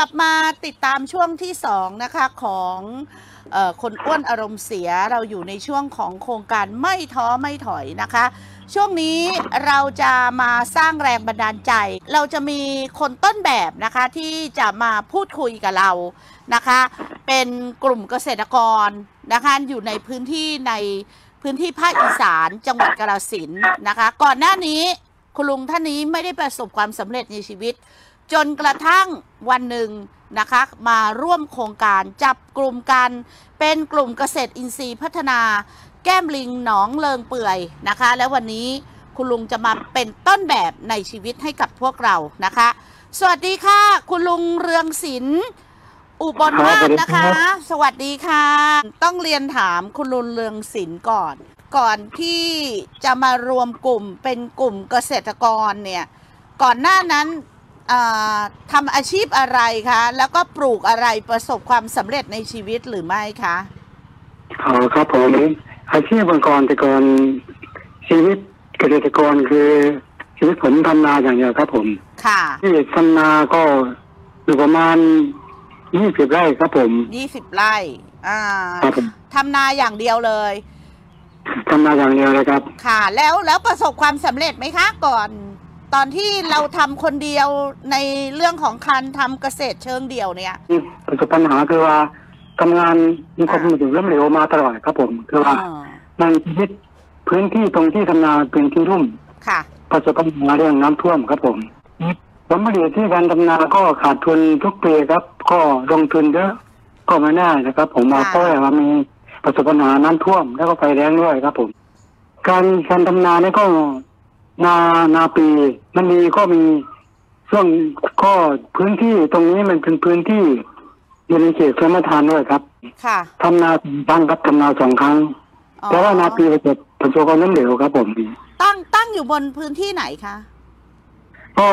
ลับมาติดตามช่วงที่สองนะคะของเออคนอ้วนอารมณ์เสียเราอยู่ในช่วงของโครงการไม่ท้อไม่ถอยนะคะ ช่วงนี้เราจะมาสร้างแรงบันดาลใจ เราจะมีคนต้นแบบนะคะที่จะมาพูดคุยกับเรานะคะ เป็นกลุ่มเกษตรกรนะคะอยู่ในพื้นที่ในพื้นที่ภาคอีสานจังหวัดกราฬสินธุ์นะคะ ก่อนหน้านี้คุณลุงท่านนี้ไม่ได้ประสบความสำเร็จในชีวิต จนกระทั่งวันหนึ่งนะคะมาร่วมโครงการจับกลุ่มกัน เป็นกลุ่มเกษตรอินทรีย์พัฒนา แก้มลิงหนองเลิงเปื่อยนะคะ และวันนี้คุณลุงจะมาเป็นต้นแบบในชีวิตให้กับพวกเรานะคะ สวัสดีค่ะ คุณลุงเรืองศิลป์อุบลมาศนะคะ สวัสดีค่ะ ต้องเรียนถามคุณลุงเรืองศิลป์ก่อน ก่อนที่จะมารวมกลุ่มเป็นกลุ่มเกษตรกรเนี่ย ก่อนหน้านั้นเอ่อทำอาชีพอะไรคะ แล้วก็ปลูกอะไรประสบความสำเร็จในชีวิตหรือไม่คะ อ๋อครับผมอาชีพเกษตรกรแต่ก่อนชีวิตเกษตรกรคือชีวิตผมทำนาอย่างเดียวครับ ผม ค่ะ ที่ทำนาก็อยู่ประมาณยี่สิบไร่ครับผม ยี่สิบไร่อ่า ครับผม ทำนาอย่างเดียวเลย ทำนาอย่างเดียวเลยครับ ค่ะ แล้วแล้วประสบความสำเร็จไหมคะ ก่อน ตอนที่เราทำคนเดียวในเรื่องของการทำเกษตรเชิงเดี่ยวเนี่ย ที่ประสบปัญหาคือว่าทำงานมีความมันอยู่ล้มเหลวมาตลอดครับผม คือว่า อ่า มันยึดพื้นที่ตรงที่ทำนาเป็นที่รุ่ม ค่ะ ประสบปัญหาเรื่องน้ำท่วมครับผมผลผลิตที่การทำนาก็ขาดทุนทุกปีครับ ก็ลงทุนเยอะก็ไม่ได้นะครับ ผมมา ค่ะ เพราะว่ามีประสบปัญหาน้ำท่วมแล้วก็ไฟแรงด้วยครับ ผม การการทำนาเนี่ยก็นานาปี มันมีก็มีช่วงก็พื้นที่ตรงนี้มันเป็นพื้นที่อยู่ในเขตชลประทานด้วยครับ ค่ะ ทำนาสองครั้งครับทำนาสองครั้ง อ๋อ แต่ว่านาปีประสบประสบความล้มเหลวครับ ผม ตั้งตั้งอยู่บนพื้นที่ไหนคะ ก็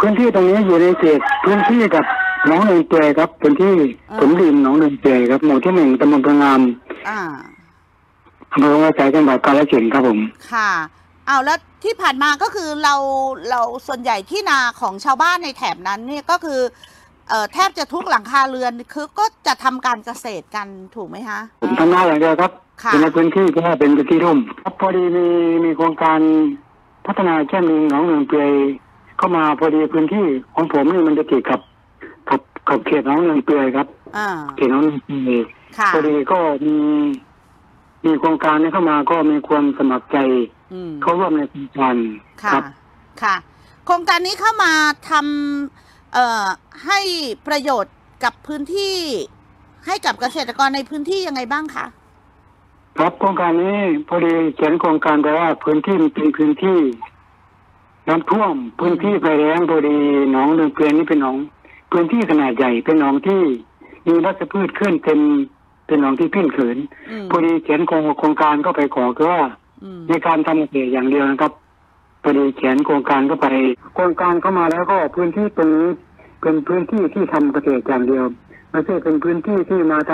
พื้นที่ตรงนี้อยู่ในเขตพื้นที่กับหนองเนินเจยครับพื้นที่ อ่า ผมดินหนองเนินเจยครับหมู่ที่หนึ่งตำบลพะงาม อ่า อำเภอวังไกจังหวัดกาฬสินธุ์ครับผม ค่ะ เอาแล้วที่ผ่านมาก็คือเราเราส่วนใหญ่ที่นาของชาวบ้านในแถบนั้นเนี่ยก็คือเอ่อแทบจะทุกหลังคาเรือนคือก็จะทำการเกษตรกันถูกไหมคะ ผมทำหน้าอย่างเดียวครับ ค่ะ อยู่ในพื้นที่ก็เป็นพื้นที่ร่มครับพอดีมีมีโครงการพัฒนาแค่มีหนองเนินเจยเข้ามาพอดีพื้นที่ของผมนี่มันจะติดกับกับกับเขตหนองเนินเจยครับ อ่า เขตหนองเนินเจย ค่ะ พอดีก็มีมีโครงการนี้เข้ามาก็มีความสมัครใจ อืม เข้าร่วมในโครงการ ค่ะ ครั ค่ะ โครงการนี้เข้ามาทำเอ่อให้ประโยชน์กับพื้นที่ ให้กับเกษตรกรในพื้นที่ยังไงบ้างคะ ครับโครงการนี้พอดีเขียนโครงการไปว่าพื้นที่มันเป็นพื้นที่น้ำท่วม พื้นที่ไฟแรงพอดีหนองเดือเกลือนี่เป็นหนอง พื้นที่ขนาดใหญ่เป็นหนองที่มีรัชพืชขึ้นเป็นเป็นหนองที่ขึ้นเขิน อืม พอดีเขียนโครงโครงการก็ไปขอคือว่า อืม ในการทำเกษตรอย่างเดียวนะครับพอดีเขียนโครงการก็ไป โครงการเข้ามาแล้วก็พื้นที่ตรงนี้เป็นพื้นที่ที่ทำเกษตรอย่างเดียวไม่ใช่เป็นพื้นที่ที่มาท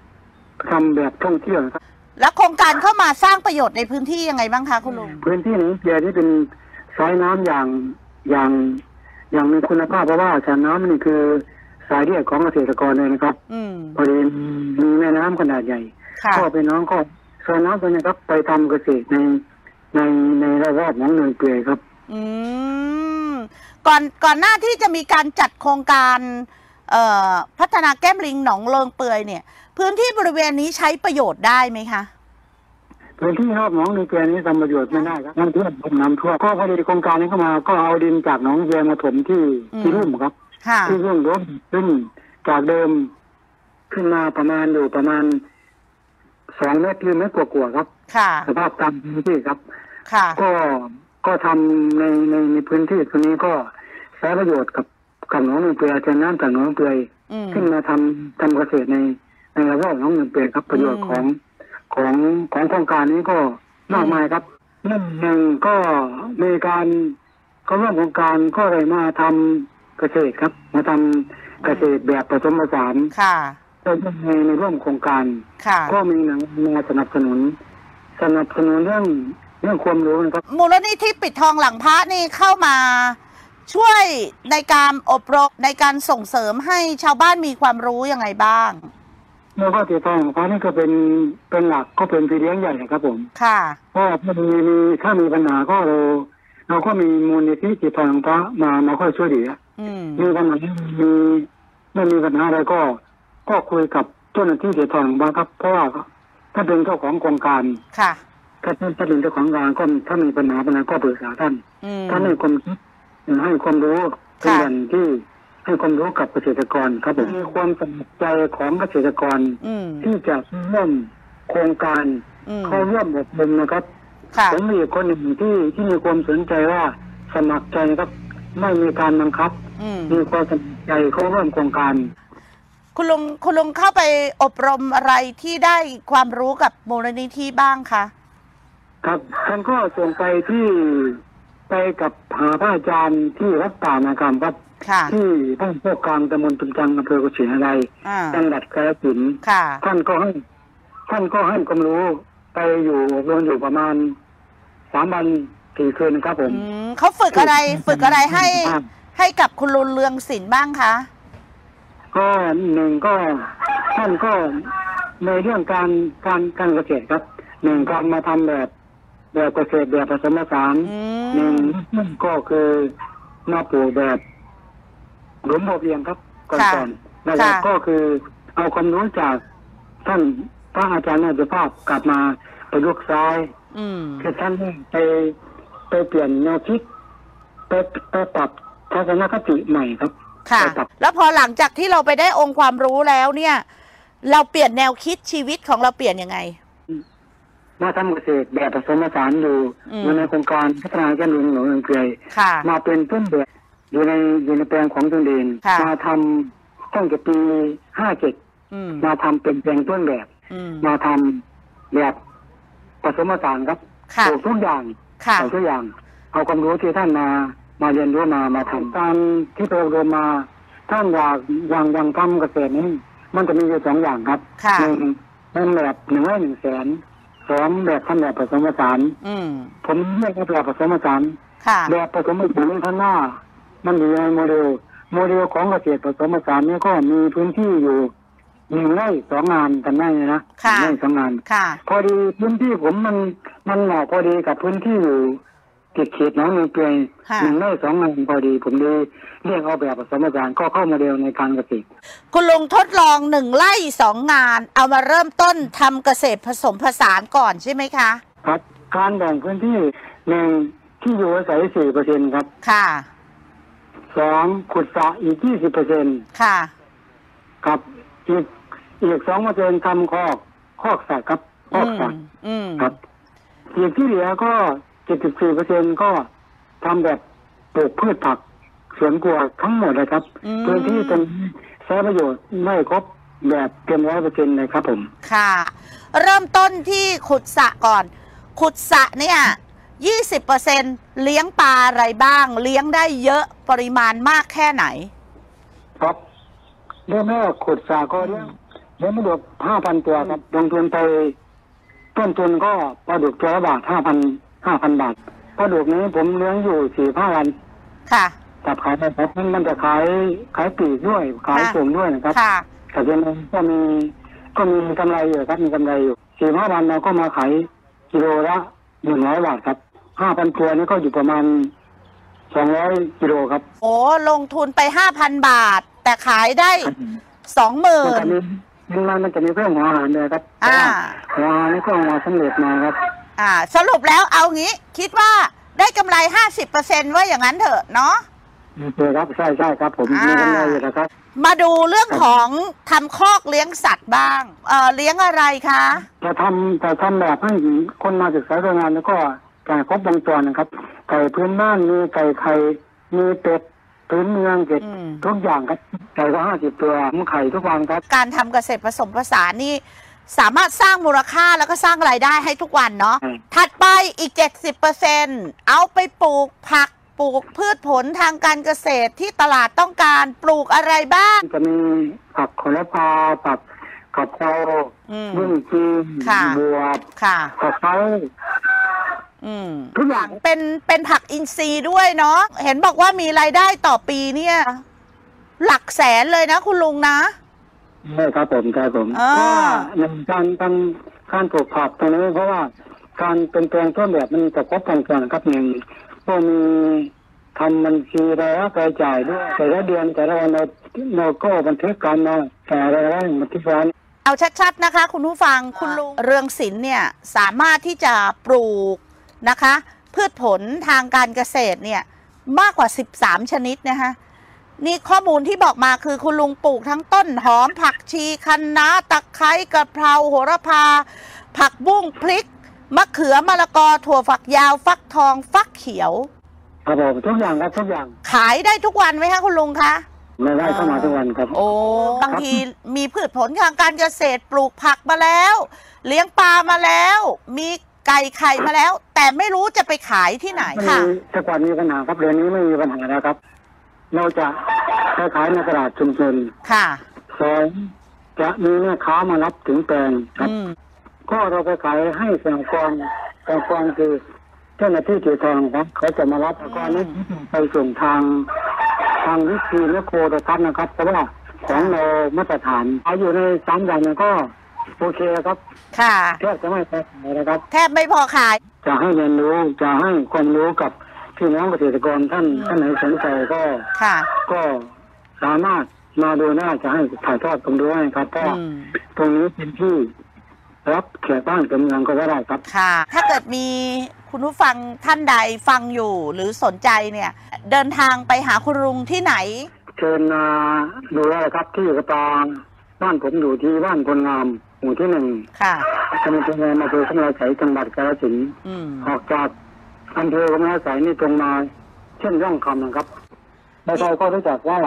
ำทำแบบท่องเที่ยวนะครับ แล้วโครงการเข้ามาสร้างประโยชน์ในพื้นที่ยังไงบ้างคะคุณลุง พื้นที่นี้เดียวที่เป็นสายน้ำอย่างอย่างอย่างมีคุณภาพเพราะว่าสายน้ำนี่คือสายเลือดของเกษตรกรเลยนะครับ อืม พอดีมีแม่น้ำขนาดใหญ่ ค่ะ พ่อเป็นน้องก็สายน้ำตัวเนี้ครับ ไปทำเกษตรในในในระแวกหนองเนินเกลือครับ อืม ก่อนก่อนหน้าที่จะมีการจัดโครงการเอ่อพัฒนาแก้มลิงหนองเลิงเปื่อยเนี่ย พื้นที่บริเวณนี้ใช้ประโยชน์ได้ไหมคะ พื้นที่รอบหนองในเกลือนี้ทำประโยชน์ไม่ได้ครับน้ำท่วมผมน้ำท่วมก็พอดีโครงการนี้เข้ามา ก็เอาดินจากหนองเกลือมาถมที่ อืม ที่รุ่มครับ ค่ะ ที่รุ่มร่มซึ่งจากเดิมขึ้นมาประมาณอยู่ประมาณสองเมตรคือเมตรกว่าๆครับ ค่ะ สภาพตามพื้นที่ครับ ค่ะ ก็ก็ทำในในในพื้นที่ตรงนี้ก็ใช้ประโยชน์กับกับหนองเกลือจากน้ำจากหนองเกลือ อืม ขึ้นมาทำทำเกษตรในในระแวกหนองเงินเปรตครับประโยชน์ อืม ของของของโครงการนี้ก็มากมายครับเรื่องหนึ่งก็มีการก็เรื่องของการก็เลยมาทำเกษตรครับ มาทำเกษตรแบบผสมผสาน ค่ะ ในในร่วมโครงการ ค่ะ ก็มีหนังมาสนับสนุน สนับสนุนเรื่องเรื่องความรู้นะครับ มูลนิธิปิดทองหลังพระนี่เข้ามา ช่วยในการอบรมในการส่งเสริมให้ชาวบ้านมีความรู้ยังไงบ้าง แล้วก็ติดตามของเขานี่ก็เป็นเป็นหลักก็เป็นพี่เลี้ยงใหญ่ครับผม ค่ะ เพราะว่าถ้ามีมีถ้ามีปัญหาก็เราเราก็มีมูลนิธิจิตภัยของพระมามาคอยช่วยเหลือ อืม มีปัญหามีไม่มีปัญหาอะไรก็ ก็คุยกับเจ้าหน้าที่เสียทองบ้างครับ เพราะว่าถ้าเป็นเจ้าของโครงการ ค่ะ ถ้าถ้าเป็นเจ้าของงานก็ถ้ามีปัญหาปัญหาก็ปรึกษาท่าน อืม ท่านให้ความคิดให้ความรู้เป็นอย่างที่ให้ความรู้กับเกษตรกรครับผม อืม มีความสนใจของเกษตรกร อืม ที่จะร่วมโครงการ อืม เข้าร่วมอบรมนะครับ ค่ะ ผมมีอีกคนหนึ่งที่ที่มีความสนใจว่าสมัครใจครับ ไม่มีการบังคับ อืม มีความสนใจเข้าร่วมโครงการ คุณลุง คุณลุงเข้าไปอบรมอะไรที่ได้ความรู้กับมูลนิธิบ้างคะ ครับท่านก็ส่งไปที่ไปกับหาพระอาจารย์ที่วัดป่านากรรมครับ ค่ะ ที่บ้านพวกกลางตำบลตุนจังอำเภอกุชินาราย อ่า จังหวัดกาฬสินธุ์ ค่ะ ท่านก็ให้ท่านก็ให้ความรู้ไปอยู่อบรมอยู่ประมาณสามวันสี่คืนครับผม อืมเขาฝึกอะไร ฝึกอะไรให้ ครับ ให้กับคุณลุงเลืองศิลป์บ้างคะ ก็หนึ่งก็ท่านก็ในเรื่องการการการเกษตรครับหนึ่งการมาทำแบบ แบบเกษตรแบบผสมผสาน อื หนึ่ง ม ก็คือมาปลูกแบบหลุมพอเพียงครับก่อน ค่ะ ก่อนนะครับ ค่ะ ก็คือเอาความรู้จากท่านพระอาจารย์นาฏภาพกลับมาประยุกต์ใช้ อืม คือท่านไปไปเปลี่ยนแนวคิดไปไปปรับทัศนคติใหม่ครับ ค่ะ ไปปรับ แล้วพอหลังจากที่เราไปได้องค์ความรู้แล้วเนี่ย เราเปลี่ยนแนวคิดชีวิตของเราเปลี่ยนยังไง มาทำเกษตรแบบผสมผสานอยู่ อืม อยู่ในโครงการพัฒนาแก้มลิงหลวงเมืองเกย ค่ะ มาเป็นต้นแบบอยู่ในอยู่ในแปลงของตนเอง ค่ะ มาทำตั้งแต่ปีห้าเจ็ด อืม มาทำเป็นแปลงต้นแบบ อืม มาทำแบบผสมผสานครับ ค่ะ ปลูกทุกอย่าง ค่ะ ปลูกทุกอย่าง เอาความรู้ที่ท่านมา มาเรียนรู้มามาทำการที่เราเรียนมา ท่านอยากวางวางทำเกษตรนี้มันจะมีอยู่สองอย่างครับ ค่ะ หนึ่งเป็นแบบหนึ่งร้อยหนึ่งแสนสองแบบทำแบบผสมผสาน อืม ผมเรียกว่าแบบผสมผสาน ค่ะ แบบผสมผสานข้างหน้า มันอยู่ในโมเดลโมเดลของเกษตรผสมผสานนี่ก็มีพื้นที่อยู่หนึ่งไร่สองงานกันได้เลยนะห ค่ะ นึ่งไร่สองงาน ค่ะ พอดีพื้นที่ผมมันมันเหมาะพอดีกับพื้นที่อยู่ติดเขตหน้องเมืองเปย ค่ะ หนึ่งไร่สองงานพอดี ผมเลยเรียกเอาแบบผสมผสานก็เข้าโมเดลในการเกษตร คุณลุงทดลองหนึ่งไร่สองงาน เอามาเริ่มต้นทำเกษตรผสมผสานก่อนใช่ไหมคะ ครับ การแบ่งพื้นที่หนึ่งที่อยู่อาศัยสี่เปอร์เซ็นครับ ค่ะ สองขุดสระอีกยี่สิบเปอร์เซ็น ค่ะ ครับอีกอีกสองเปอร์เซ็นทำคอกคอกสัตว์ครับค อื อก ม สัตว์ อืม ครับอีกที่เหลือก็เจ็ดสิบสี่เปอร์เซ็นก็ทำแบบปลูกพืชผักสวนครัวทั้งหมดเลยครับ อืม พื้นที่ตรงนี้ใช้ประโยชน์ไม่ครบแบบเต็มร้อยเปอร์เซ็นต์เลยครับผม ค่ะ เริ่มต้นที่ขุดสระก่อน ขุดสระเนี่ยยี่สิบเปอร์เซ็นเลี้ยงปลาอะไรบ้าง เลี้ยงได้เยอะปริมาณมากแค่ไหน ครับเรื่องแรกขุดสาก็เรื่องเลี้ยงปลาดุกห้าพันตัวครับลงทุนไปต้นทุนก็ปลาดุกตัวละบาทห้าพันห้าพันบาทปลาดุกนี้ผมเลี้ยงอยู่สี่ห้าวัน ค่ะ จับขายไปครับมันจะขายขายปลีกด้วยขาย ค่ะ ส่งด้วยนะครับ ค่ะ แต่เดือนนึงก็มีก็มีกำไรอยู่ครับมีกำไรอยู่สี่ห้าวันเราก็มาขายกิโลละหนึ่งร้อยบาทครับห้าพันตัวนี่ก็อยู่ประมาณสองร้อยกิโลครับ โอ้ลงทุนไปห้าพันบาท แต่ขายได้สองหมื่ มัน น จะมีมันมันจะมีเครื่องหัวอาหารเลยครับ อ่า เพราะว่าหัวอาหารนี่ก็เอามาสำเร็จมาครับ อ่า สรุปแล้วเอางี้คิดว่าได้กำไรห้าสิบเปอร์เซ็นว่าอย่างนั้นเถอะเนาะ เจอครับใช่ใช่ครับ ผมมีกำไรอยู่นะครับ มาดูเรื่องของทำคอกเลี้ยงสัตว์บ้าง เออเลี้ยงอะไรคะ จะทำจะทำแบบให้คนมาศึกษาโรงงานแล้วก็ไก่ครบวงจรนะครับ ไก่พื้นบ้านมีไก่ไข่มีเป็ดพื้นเมืองเก็ด อืม ทุกอย่างครับไก่ก็ห้าสิบตัวผมไข่ทุกวันครับ การทำเกษตรผสมผสานนี่ สามารถสร้างมูลค่าแล้วก็สร้างรายได้ให้ทุกวันเนาะ อืม ถัดไปอีก 70%เอาไปปลูกผักปลูกพืชผลทางการเกษตรที่ตลาดต้องการปลูกอะไรบ้าง จะมีผักโหระพาผักกะเพรา อืม บุ้งจีน ค่ะ บวบ ค่ะ กะเพรา อืม ทุกอย่าง เป็นเป็นผักอินทรีย์ด้วยเนาะเห็นบอกว่ามีรายได้ต่อปีเนี่ย หลักแสนเลยนะคุณลุงนะ ใช่ครับผมครับผม อ่า ก็ในการทำการปลูกผักตรงนี้เพราะว่าการเป็นแปลงต้นแบบมันจะครบกันก่อนครับหนึ่งก็มีทำบัญชีรายรับรายจ่ายด้วยแต่ละเดือนแต่ละวันเราเราก็บันทึกการมาแต่ายรายได้บันทึกไว้ เอาชัดๆนะคะ คุณผู้ฟังคุณลุงเรืองศิลป์เนี่ยสามารถที่จะปลูกนะคะ พืชผลทางการเกษตรเนี่ยมากกว่า 13 ชนิดนะคะนี่ข้อมูลที่บอกมาคือคุณลุงปลูกทั้งต้นหอมผักชีคะน้าตะไคร้กะเพราโหระพา ผักบุ้งพริก มะเขือมะละกอถั่วฝักยาวฟักทองฟักเขียว ครับผมทุกอย่างครับทุกอย่าง ขายได้ทุกวันไหมคะคุณลุงคะ รายได้เข้ามาทุกวันครับ โอ้บางทีมีพืชผลทางการเกษตรปลูกผักมาแล้ว เลี้ยงปลามาแล้ว มีไก่ไข่มาแล้ว แต่ไม่รู้จะไปขายที่ไหน ไม่ ค่ะ มีแต่ก่อนมีปัญหาครับเดือนนี้ไม่มีปัญหาแล้วครับ เราจะไปขายในตลาดชุมชน ค่ะ สองจะมีแม่ค้ามารับถึงแปลงครับ อืม ก็เราไปขายให้สหกรณ์สหกรณ์คือเจ้าหน้าที่เกี่ยวทองครับ เขาจะมารับแล้วก็นี่ไปส่งทางทางวิธีและโคตรทัศน์นะครับเพราะว่าของเรามาตรฐานเอาอยู่ในสามอย่างนั้นก็โอเคครับ ค่ะ แทบจะไม่แพ้ใครนะครับ แทบไม่พอขาย จะให้เรียนรู้จะให้ความรู้กับพี่น้องเกษตรกรท่าน อืม ท่านไหนสนใจก็ ค่ะ ก็สามารถมาดูหน้าจะให้ถ่ายทอดตรงนี้ให้ครับเพราะ อืม ตรงนี้เป็นที่รับแขกบ้านเป็นเมืองก็ว่าได้ครับ ค่ะ ถ้าเกิดมีคุณผู้ฟังท่านใดฟังอยู่หรือสนใจเนี่ย เดินทางไปหาคุณลุงที่ไหน เชิญมาดูได้ครับที่กระปางบ้านผมอยู่ที่บ้านคนงามหมู่ที่หนึ่ง ค่ะ ตำบลคนงามอำเภอขมราไสยจังหวัดกาฬสินธุ์ อืม ออกจากอำเภอขมราไสยนี่ตรงมาเช่นย่องคำนะครับแล้วเราก็รู้จักว่า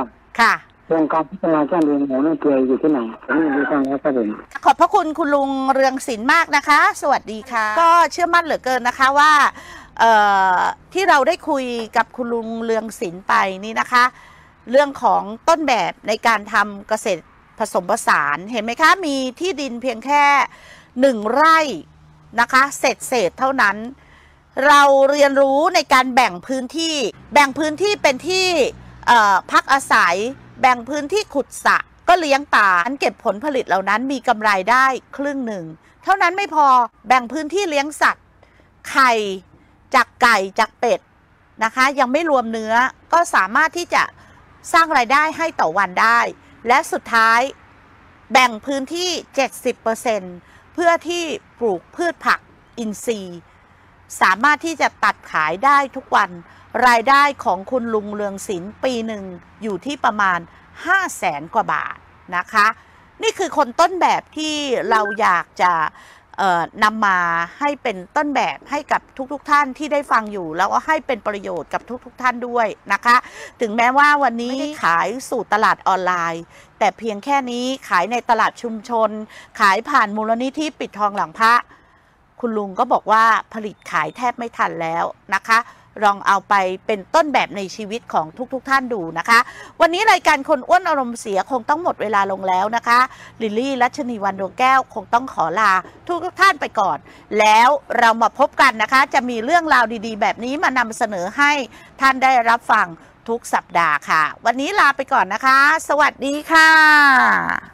ค่ะ โครงการพัฒนาจ้างเรียนหมูนี่เกลืออยู่ที่ไหนผมอยู่ที่ทางแล้วครับผม ขอบพระคุณคุณลุงเรืองศิลป์มากนะคะ สวัสดีค่ะ ก็เชื่อมั่นเหลือเกินนะคะว่าเอ่อที่เราได้คุยกับคุณลุงเรืองศิลป์ไปนี่นะคะ เรื่องของต้นแบบในการทำเกษตรผสมผสานเห็นไหมคะ มีที่ดินเพียงแค่หนึ่งไร่นะคะเศษเศษๆเท่านั้น เราเรียนรู้ในการแบ่งพื้นที่ แบ่งพื้นที่เป็นที่เอ่อพักอาศัย แบ่งพื้นที่ขุดสระก็เลี้ยงปลาอันเก็บผลผลิตเหล่านั้นมีกำไรได้ครึ่งหนึ่ง เท่านั้นไม่พอแบ่งพื้นที่เลี้ยงสัตว์ ไข่จากไก่จากเป็ดนะคะ ยังไม่รวมเนื้อก็สามารถที่จะสร้างรายได้ให้ต่อวันได้ และสุดท้ายแบ่งพื้นที่ 70%เพื่อที่ปลูกพืชผักอินทรีย์ สามารถที่จะตัดขายได้ทุกวัน รายได้ของคุณลุงเรืองศิลป์ปีหนึ่งอยู่ที่ประมาณ 5 0 0แสนกว่าบาทนะคะ นี่คือคนต้นแบบที่เราอยากจะเอ่อนำมาให้เป็นต้นแบบให้กับทุกๆทท่านที่ได้ฟังอยู่ แล้วก็ให้เป็นประโยชน์กับทุกๆทท่านด้วยนะคะ ถึงแม้ว่าวันนี้ไม่ได้ขายสู่ตลาดออนไลน์ แต่เพียงแค่นี้ขายในตลาดชุมชน ขายผ่านมูลนิธิปิดทองหลังพระ คุณลุงก็บอกว่าผลิตขายแทบไม่ทันแล้วนะคะ ลองเอาไปเป็นต้นแบบในชีวิตของทุกๆทท่านดูนะคะ วันนี้รายการคนอ้วนอารมณ์เสียคงต้องหมดเวลาลงแล้วนะคะ ลิลลี่รัชนีวันดวงแก้วคงต้องขอลาทุกทุกๆท่านไปก่อน แล้วเรามาพบกันนะคะ จะมีเรื่องราวดีๆ แบบนี้มานำเสนอให้ท่านได้รับฟังทุกสัปดาห์ค่ะ วันนี้ลาไปก่อนนะคะ สวัสดีค่ะ